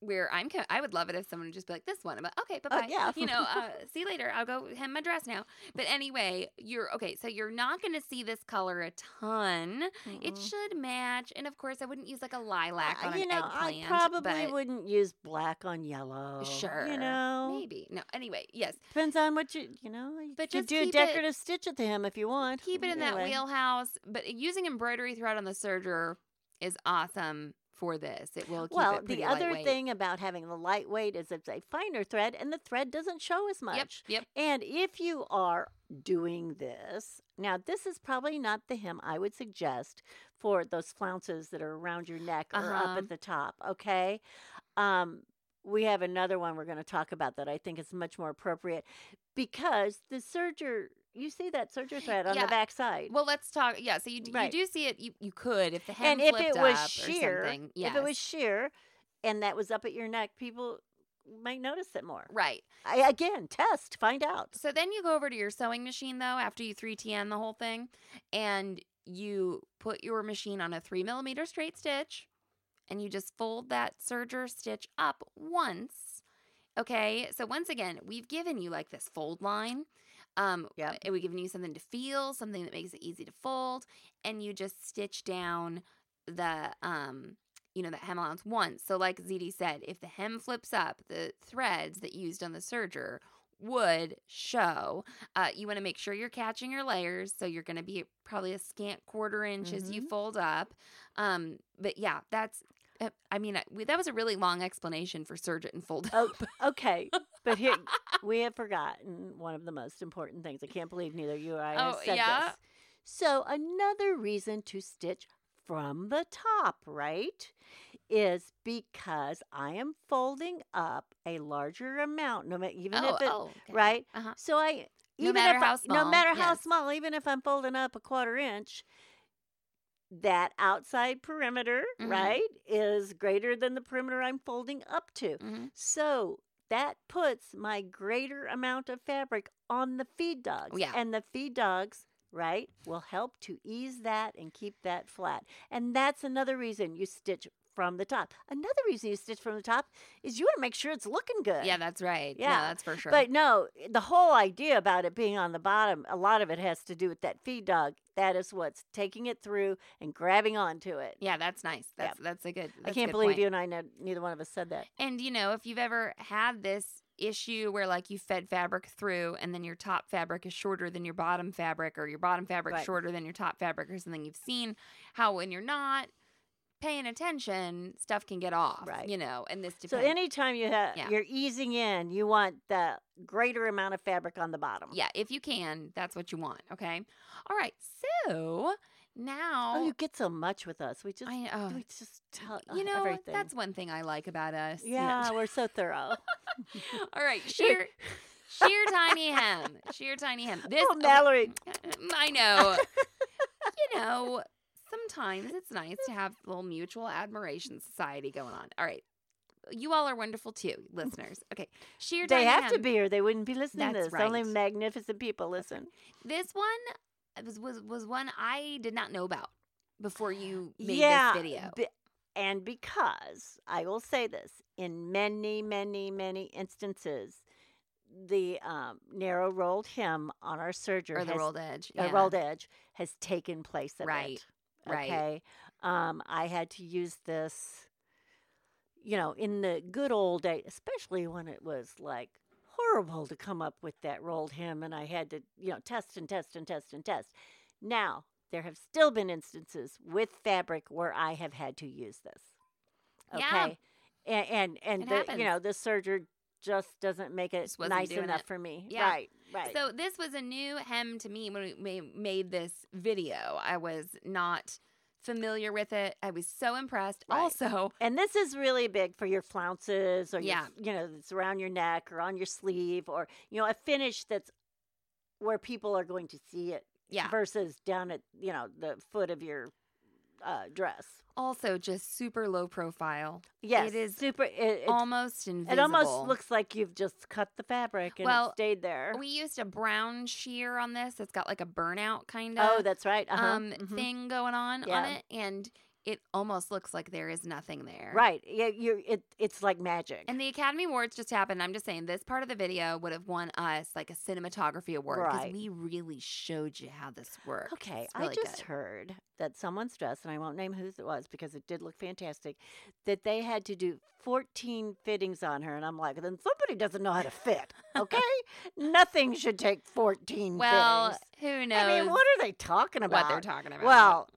where I'm. co- I would love it if someone would just be like, this one. I'm like, okay, bye bye. Oh, yeah. You know, uh, see you later. I'll go hem my dress now. But anyway, you're okay. So you're not going to see this color a ton. It Mm-mm. should match, and of course, I wouldn't use like a lilac Mm. Uh, on you an know, eggplant. I probably but wouldn't use black on yellow. Sure, you know, Maybe no. Anyway, yes, depends on what you you know. you But just could do a keep it- decorative stitch at the hem if you want. keep it in that Anyway. wheelhouse. But using embroidery thread on the serger is awesome for this. It will keep well, it pretty the other lightweight. thing about having the lightweight is it's a finer thread, and the thread doesn't show as much. Yep, yep. And if you are doing this, now this is probably not the hem I would suggest for those flounces that are around your neck or Uh-huh. up at the top, okay? Um, we have another one we're going to talk about that I think is much more appropriate because the serger, you see that serger thread on Yeah. the back side. Well, let's talk. Yeah, so you, d- Right. you do see it. You, you could if the hem and if flipped it was up or sheer, something. Yes. if it was sheer and that was up at your neck, people might notice it more. right. I, again, test, find out. So then you go over to your sewing machine though after you 3TN the whole thing, and you put your machine on a three millimeter straight stitch, and you just fold that serger stitch up once. Okay, so once again, we've given you like this fold line. Um, Yep. and we've given you something to feel, something that makes it easy to fold, and you just stitch down the um, you know, that hem allowance once. So, like ZD said, if the hem flips up, the threads that you used on the serger would show. Uh, you want to make sure you're catching your layers, so you're going to be probably a scant quarter inch as you Mhm. fold up. Um, but yeah, that's. uh, I mean, I- we- that was a really long explanation for serge and fold Oh, up. okay. But here we have forgotten one of the most important things. I can't believe neither you or I have Oh, said yeah? this. So another reason to stitch from the top, right, is because I am folding up a larger amount, no matter even Oh, if it okay. right? Uh-huh. So I No even matter if how I- small, no matter how yes. small, even if I'm folding up a quarter inch, that outside perimeter, Mhm. right, is greater than the perimeter I'm folding up to. Mhm. So that puts my greater amount of fabric on the feed dogs. Yeah. And the feed dogs, right, will help to ease that and keep that flat. And that's another reason you stitch from the top. Another reason you stitch from the top is you want to make sure it's looking good. Yeah, that's right. Yeah, Uh, Yeah, that's for sure. But no, eh, the whole idea about it being on the bottom, a lot of it has to do with that feed dog. That is what's taking it through and grabbing onto it. yeah, that's nice. Yeah. That's that's a good. I That's a can't good believe point. you and I, know, neither one of us said that. And you know, if you've ever had this issue where like you fed fabric through and then your top fabric is shorter than your bottom fabric or your bottom fabric Right. shorter than your top fabric or something you've seen how when you're not paying attention stuff can get off, Right. you know, and this depends. So anytime you have, Yeah. you're easing in, you want the greater amount of fabric on the bottom. yeah, if you can, that's what you want, okay? All right. So, now Oh, you get so much with us. We just, I oh, we just tell you uh, know, everything. that's one thing I like about us. No. yeah, we're so thorough. All right, sheer, sheer tiny hem, sheer tiny hem. This oh, Mallory, Mm, I know. you know, sometimes it's nice to have a little mutual admiration society going on. All right. You all are wonderful too, listeners. Okay. Sheer they Tiny have to Hem. be, or they wouldn't be listening to That's this. Only right. magnificent people listen. This one was, was was one I did not know about before you made this video. be- and because I will say this, in many, many, many instances, the um, narrow rolled hem on our serger or the has, rolled edge. uh, yeah. rolled edge has taken place of Right, it. right. Okay. Um, I had to use this, you know, in the good old day, especially when it was like horrible to come up with that rolled hem and I had to, you know, test and test and test and test. Now, there have still been instances with fabric where I have had to use this. Yeah. Okay. And and, and It the happens. you know, the surgeon just doesn't make it Just wasn't nice doing enough it. for me. Yeah. Right, right. So this was a new hem to me when we ma- made this video. I was not familiar with it. I was so impressed. Right. Also, And this is really big for your flounces or Yeah. your, you know, that's around your neck or on your sleeve or, you know, a finish that's where people are going to see it yeah. versus down at, you know, the foot of your uh, dress. Also, just super low profile. Yes. is super, it, it, almost invisible. it almost looks like you've just cut the fabric and Well, it stayed there. We used a brown sheer on this. It's got like a burnout kind of oh, that's right. Uh-huh. um Mhm. thing going on on Yeah. it, and it almost looks like there is nothing there. Right. Yeah. You, it, it's like magic. And the Academy Awards just happened. I'm just saying, this part of the video would have won us like a cinematography award because Right. we really showed you how this works. Okay, It's really I just good. heard that someone's dress, and I won't name whose it was because it did look fantastic, that they had to do 14 fittings on her. And I'm like, then somebody doesn't know how to fit, okay? Nothing should take 14 Well, fittings. who knows I mean, what are they talking what about? they're talking about? Well,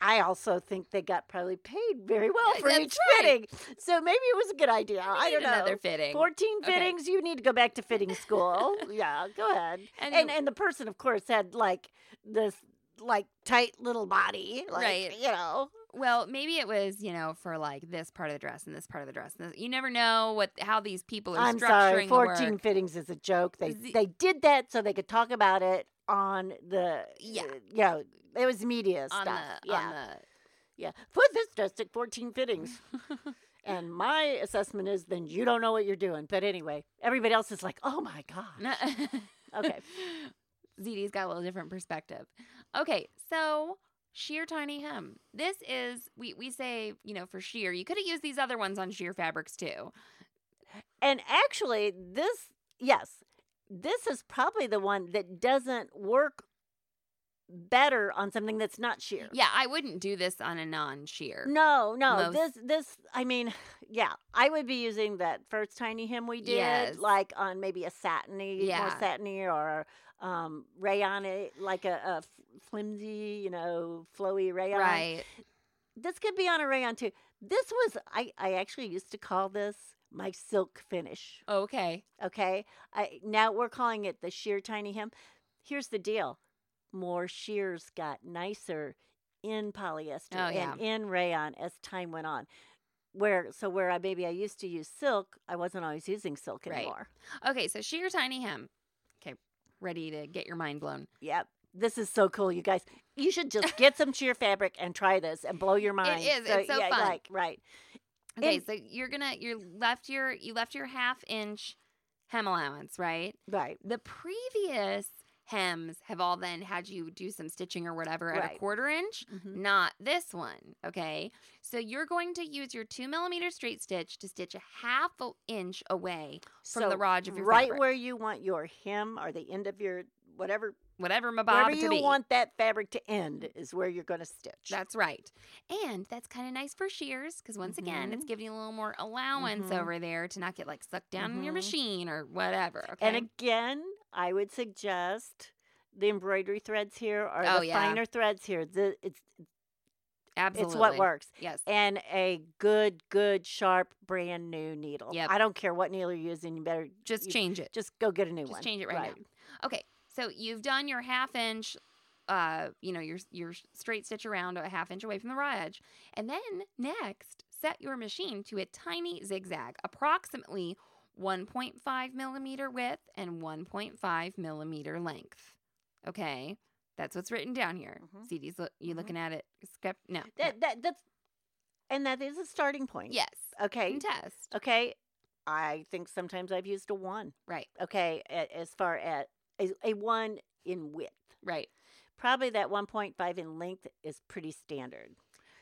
I also think they got probably paid very well for That's each right. fitting. So maybe it was a good idea. We I need don't know. Another fitting. 14 Okay. fittings, you need to go back to fitting school. yeah, go ahead and, and and the person of course had like this like tight little body like Right. you know well, maybe it was you know for like this part of the dress and this part of the dress. and this- You never know what how these people are i'm structuring sorry the 14 work. fittings is a joke they Z- they did that so they could talk about it on the Yeah. uh, you know it was media on stuff the yeah on the yeah put this dress at 14 fittings and my assessment is then you don't know what you're doing but anyway everybody else is like oh my god No- Okay. ZD's got a little different perspective. Okay, so sheer tiny hem. This is we we say you know for sheer. You could have used these other ones on sheer fabrics too. And actually, this, yes, this is probably the one that doesn't work better on something that's not sheer. Yeah, I wouldn't do this on a non sheer. No, no. Most- This, this, I mean, yeah, I would be using that first tiny hem we did, Yes. like on maybe a satiny, Yeah. more satiny or um, rayon, like a, a f- flimsy, you know, flowy rayon. Right. This could be on a rayon too. This was, I, I actually used to call this my silk finish. Okay. Okay. I now we're calling it the sheer tiny hem. Here's the deal. More shears got nicer in polyester Oh, yeah. and in rayon as time went on. Where so where I maybe I used to use silk, I wasn't always using silk Right. anymore. Okay. So sheer tiny hem. Okay. Ready to get your mind blown. Yep. This is so cool, you guys. You should just get some sheer fabric and try this and blow your mind. is. It's so fun. Like, right. Okay. And- so you're gonna you left your you left your half inch hem allowance right. Right. The previous hems have all then had you do some stitching or whatever at a Right. quarter inch. Mhm. not this one. Okay. So you're going to use your two millimeter straight stitch to stitch a half a inch away from the So rodge of your right fabric. where you want your hem or the end of your whatever whatever my bob Wherever to you be. want that fabric to end is where you're going to stitch. That's right. And that's kind of nice for shears because once again, Mm-hmm. it's giving you a little more allowance Mhm. over there to not get like sucked down in your Mhm. machine or whatever. Okay. And again, I would suggest the embroidery threads here or Oh, the yeah. finer threads here. The, it's Absolutely. it's what works. Yes. And a good, good, sharp, brand new needle. Yep. I don't care what needle you're using. You better Just you- change it. Just go get a new Just one. change it right, now. Okay, so you've done your half inch, uh, you know, your your straight stitch around a half inch away from the raw edge, and then next set your machine to a tiny zigzag, approximately 1.5 millimeter width and 1.5 millimeter length. Okay, that's what's written down here. Mhm. CD's, lo- you Mhm. looking at it? Skep- no. no. That, that that's and that is a starting point. yes. Okay. And test. Okay. I think sometimes I've used a one. Right. Okay, a- as far as a, a one in width. Right. probably that 1.5 in length is pretty standard.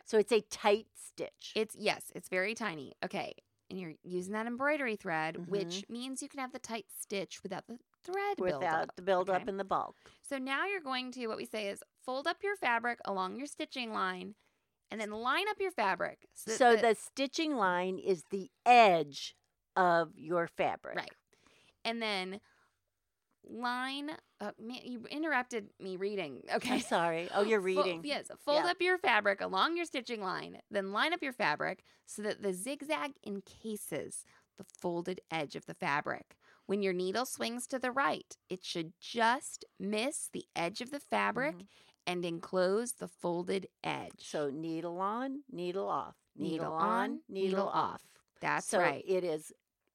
So it's a tight stitch. It's yes, it's very tiny. Okay. And you're using that embroidery thread, Mm-hmm. which means you can have the tight stitch without the thread without buildup. the buildup okay? in the bulk. So now you're going to what we say is fold up your fabric along your stitching line and then line up your fabric. that So the stitching line is the edge of your fabric. Right. and then line uh, man, you interrupted me reading. Okay. I'm sorry. Oh, you're Fo- reading. yes. Fold Yeah. up your fabric along your stitching line, then line up your fabric so that the zigzag encases the folded edge of the fabric. When your needle swings to the right, it should just miss the edge of the fabric Mhm. and enclose the folded edge. So needle on, needle off. Needle, Needle on, on, needle, needle off. that's so right. it is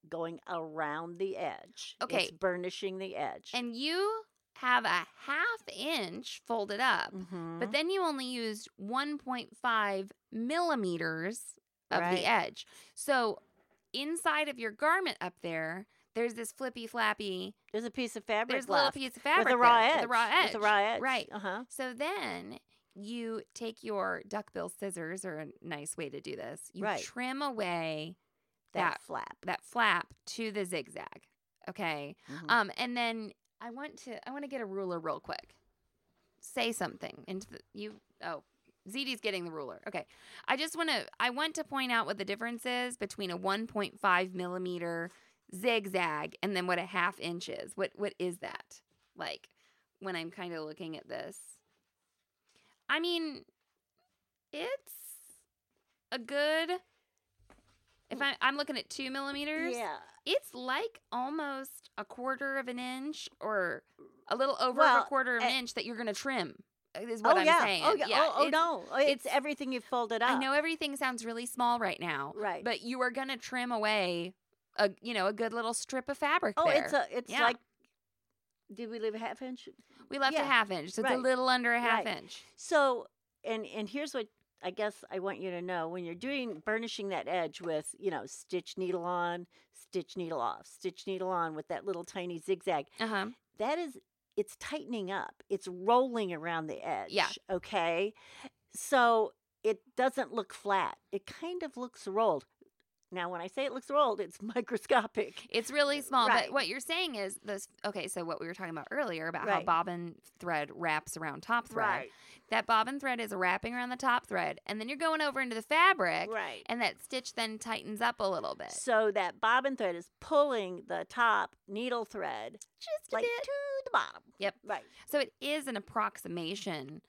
going around the edge. Okay. It's burnishing the edge. and you have a half inch folded up, Mhm. but then you only used 1.5 millimeters of Right. the edge. So inside of your garment up there, there's this flippy flappy. there's a piece of fabric There's a little left piece of fabric with a raw there, edge. With a raw edge. With a raw edge. Right. Uh-huh. So then you take your duckbill scissors, are a nice way to do this. You Right. trim away That, That- flap. that flap to the zigzag. Okay. Mhm. Um, and then I want to I want to get a ruler real quick. Say something into the you oh ZD's getting the ruler. Okay. I just want to I want to point out what the difference is between a 1.5 millimeter zigzag and then what a half inch is. What what is that? Like when I'm kind of looking at this. I mean it's a good if I, I'm looking at two millimeters, Yeah. it's like almost a quarter of an inch or a little over Well, a quarter of an eh, inch that you're going to trim, eh, is what oh, I'm yeah. saying. Oh, yeah. Oh, oh, it's- no. Oh, It's, it's- everything you folded up. I know everything sounds really small right now, Right. but you are going to trim away a you know a good little strip of fabric oh, there. it's a, it's Yeah. like, did we leave a half inch? we left a yeah, half inch, so it's right, a little under a half right. inch. So, and and here's what I guess I want you to know when you're doing burnishing that edge with, you know, stitch needle on, stitch needle off, stitch needle on with that little tiny zigzag. Uh huh. That is it's tightening up. It's rolling around the edge. Yeah. Okay. So it doesn't look flat. It kind of looks rolled. Now, when I say it looks rolled, it's microscopic. It's really small, Eh, Right. but what you're saying is this. Okay, so what we were talking about earlier about how Right. bobbin thread wraps around top thread. That bobbin thread is wrapping around the top thread, and then you're going over into the fabric, Right. and that stitch then tightens up a little bit. So that bobbin thread is pulling the top needle thread Just a like bit. to the bottom. Yep. Right. So it is an approximation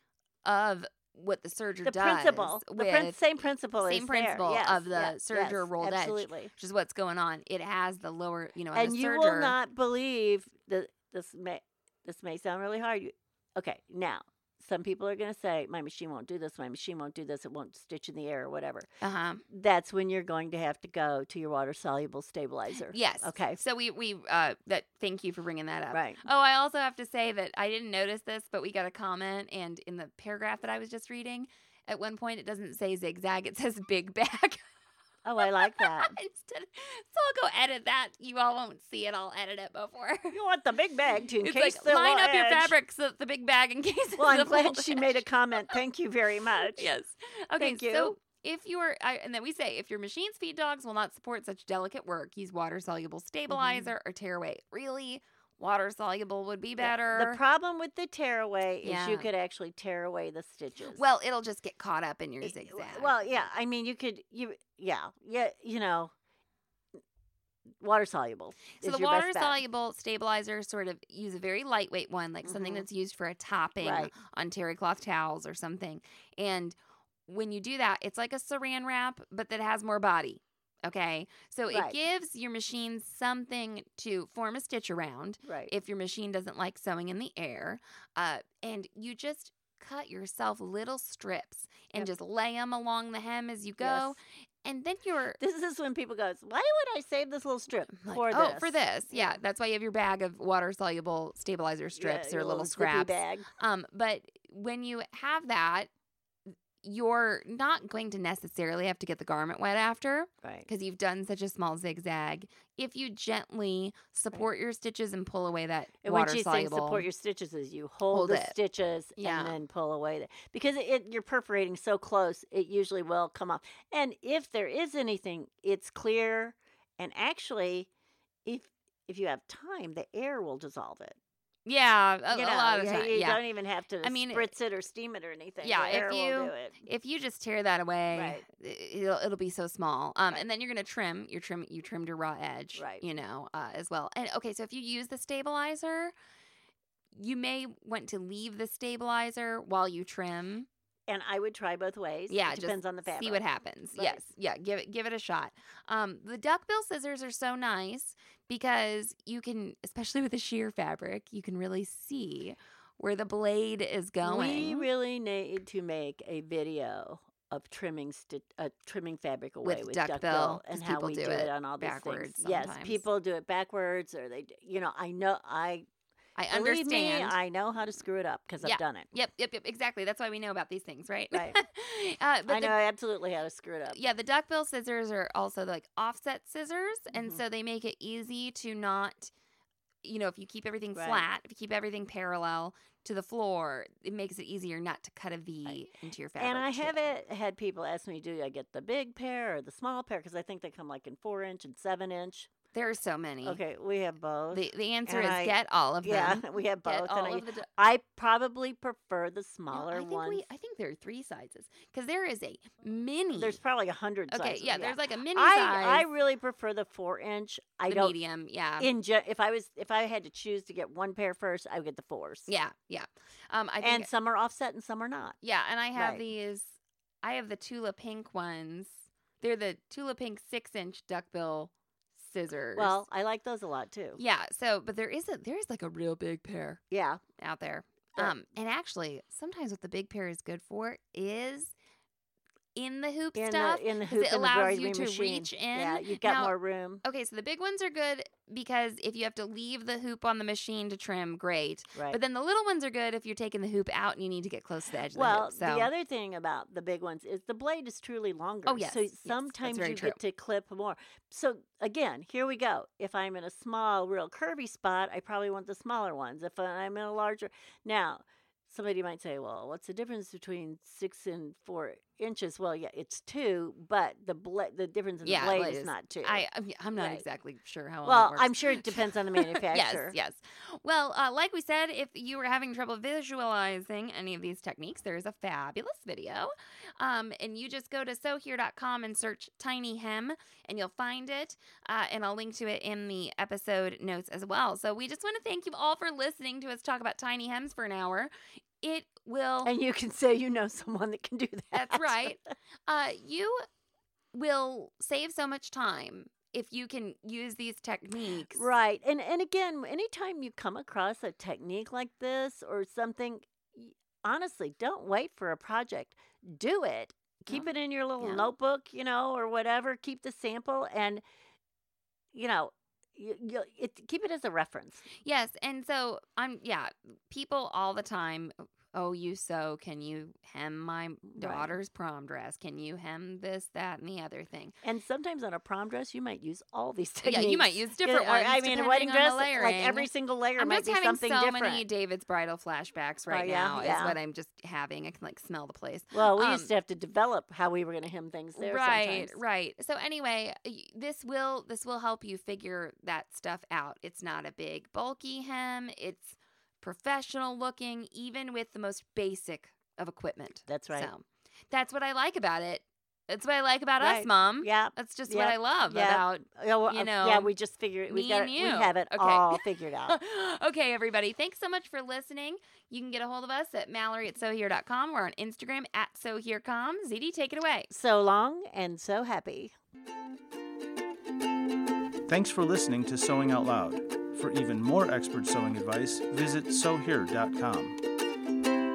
of what the serger The does. principle, the with, prin- same principle, same is there. principle Yes, of the yes, serger yes, rolled edge. absolutely. which is what's going on. It has the lower, you know, on and the you serger. will not believe that this may this may sound really hard. You, okay, now some people are going to say my machine won't do this, my machine won't do this, it won't stitch in the air or whatever. Uh huh. That's when you're going to have to go to your water soluble stabilizer. Yes. Okay. So we we uh that. Thank you for bringing that up. Right. Oh, I also have to say that I didn't notice this, but we got a comment, and in the paragraph that I was just reading, at one point it doesn't say zigzag; it says big bag. Oh, I like that. Instead, so I'll go edit that. You all won't see it. I'll edit it before. you want the big bag to it's encase like the line raw up your edge. fabric so that the big bag encases. Well, the I'm glad fold she edge. made a comment. Thank you very much. Yes. Okay. Thank you. So if your I, and then we say if your machine's feed dogs will not support such delicate work, use water soluble Mm-hmm. stabilizer or tear away. Really, water soluble would be Yeah. better. The problem with the tear away is Yeah. you could actually tear away the stitches. well, it'll just get caught up in your Y- zigzag. w- Well, yeah. I mean, you could you yeah yeah you know water soluble. so is the your best water bet. soluble stabilizer sort of use a very lightweight one, like something Mhm. that's used for a topping Right. on terry cloth towels or something. And when you do that, it's like a saran wrap, but that has more body. Okay, so it Right. gives your machine something to form a stitch around. right. if your machine doesn't like sewing in the air. Uh, and you just cut yourself little strips and Yep. just lay them along the hem as you go. Yes. And then you're This is when people goes, why would I save this little strip like, for oh, this? for this. Yeah, that's why you have your bag of water soluble stabilizer Yeah, strips your or little zippy scraps. bag. Um, but when you have that, you're not going to necessarily have to get the garment wet after. Right. because you've done such a small zigzag. If you gently support your stitches and pull away that And when water she's saying soluble, support your stitches is you hold, Hold the it. stitches Yeah. and then pull away the, because it, you're perforating so close it usually will come off. And if there is anything, it's clear. And actually, if if you have time, the air will dissolve it. yeah, a, you a know, lot of you, time, you yeah. don't even have to I mean, spritz it or steam it or anything. yeah, the if air will you- do it. If you just tear that away, i- it'll, it'll be so small. Um, and then you're gonna trim your trim. You trimmed your raw edge, Right. You know, uh, as well. And okay, so if you use the stabilizer. You may want to leave the stabilizer while you trim. And I would try both ways. Yeah, it just depends on the fabric. See what happens. Right. Yes, yeah. Give it, give it a shot. Um, the duckbill scissors are so nice because you can, especially with the sheer fabric, you can really see where the blade is We going. really need to make a video of trimming sti- uh, trimming fabric away with, duck duckbill bill, 'cause and how people we do do, it it on all these backwards things. Yes, sometimes. people do it backwards, or they, d- you know, I know I I believe me, understand. I know how to screw it up because Yeah. I've done it. Yep, yep, yep. Exactly. That's why we know about these things, right? Right. uh, but I the- know absolutely how to screw it up. yeah, the duckbill scissors are also like offset scissors, and Mhm. so they make it easy to not, you know, if you keep everything Right. flat, if you keep everything parallel to the floor, it makes it easier not to cut a V into your fabric. And I too. have it, had people ask me, do I get the big pair or the small pair? Because I think they come like in four inch and seven inch. There are so many. Okay, we have both. The the answer And is I- get all of yeah, them. we have Get both. all and I, of the du- I probably prefer the No, smaller I think ones. we I think there are three sizes because there is a mini. There's probably a hundred. okay, sizes, yeah, there's like a mini I I size, really prefer the four inch. I the don't. medium, yeah. In ge- if I was if I had to choose to get one pair first, I would get the fours. Yeah, yeah. Um, I think and some are offset and some are not. Yeah, and I have Right. these. I have the Tula Pink ones. They're the Tula Pink six inch duckbill scissors. Well, oh. I like those a lot too. yeah. So, but there is a there is like a real big pair Yeah, out there. Yeah. Um, and actually, sometimes what the big pair is good for is in the hoop in stuff the in the 'cause hoop it and the allows rotary you to machine. reach in. Yeah, you've got Now- more room. Okay, so the big ones are good because if you have to leave the hoop on the machine to trim, great. Right. But then the little ones are good if you're taking the hoop out and you need to get close to the edge well, of the hoop. So the other thing about the big ones is the blade is truly longer. Oh, yes, So yes, that's sometimes very you true. get to clip more. So again, here we go. If I'm in a small, real curvy spot, I probably want the smaller ones. If I'm in a larger, now somebody might say, well, what's the difference between six and four inches? Well, yeah, it's two, but the bla- the difference in Yeah, the blade blade is, is- not two. I, I'm- I'm not Right. exactly sure how. all that well, works. I'm sure it depends on the manufacturer. Yes, yes. Well, uh, like we said, if you were having trouble visualizing any of these techniques, there is a fabulous video. Um, and you just go to sewhere.com and search tiny hem, and you'll find it. Uh, and I'll link to it in the episode notes as well. So we just want to thank you all for listening to us talk about tiny hems for an hour. It will. And you can say you know someone that can do that. That's right. Uh, you will save so much time if you can use these techniques. Right. And and again, anytime you come across a technique like this or something, y- honestly, don't wait for a project. Do it. Keep Yeah. it in your little Yeah. notebook, you know, or whatever. Keep the sample and you know, you, you, it, keep it as a reference. Yes, and so I'm yeah, people all the time, oh you so can you hem my daughter's prom dress? Can you hem this that and the other thing? And sometimes on a prom dress, you might use all these techniques. Yeah, you might use Yeah, different or, ones I mean, a wedding depending on dress, the like layering. every single layer I'm might just be having something so different. many David's bridal flashbacks right yeah, now yeah. is what I'm just having. I can like smell the place. well, we um, used to have to develop how we were going to hem things there. right sometimes. right so anyway y- this will this will help you figure that stuff out it's not a big bulky hem it's professional looking even with the most basic of equipment That's right. so that's what i like about it that's what i like about us Right. mom Yeah. that's just Yep. what i love Yep. about Yeah, well, you uh, know, yeah, we just figured we me got and it, you. we have it Okay. all figured out. okay, everybody. Thanks so much for listening. You can get a hold of us at Mallory at SoHere.com. We're on Instagram at SoHereCom. ZD, take it away. So long and so happy. Thanks for listening to Sewing Out Loud. For even more expert sewing advice, visit sewhere.com.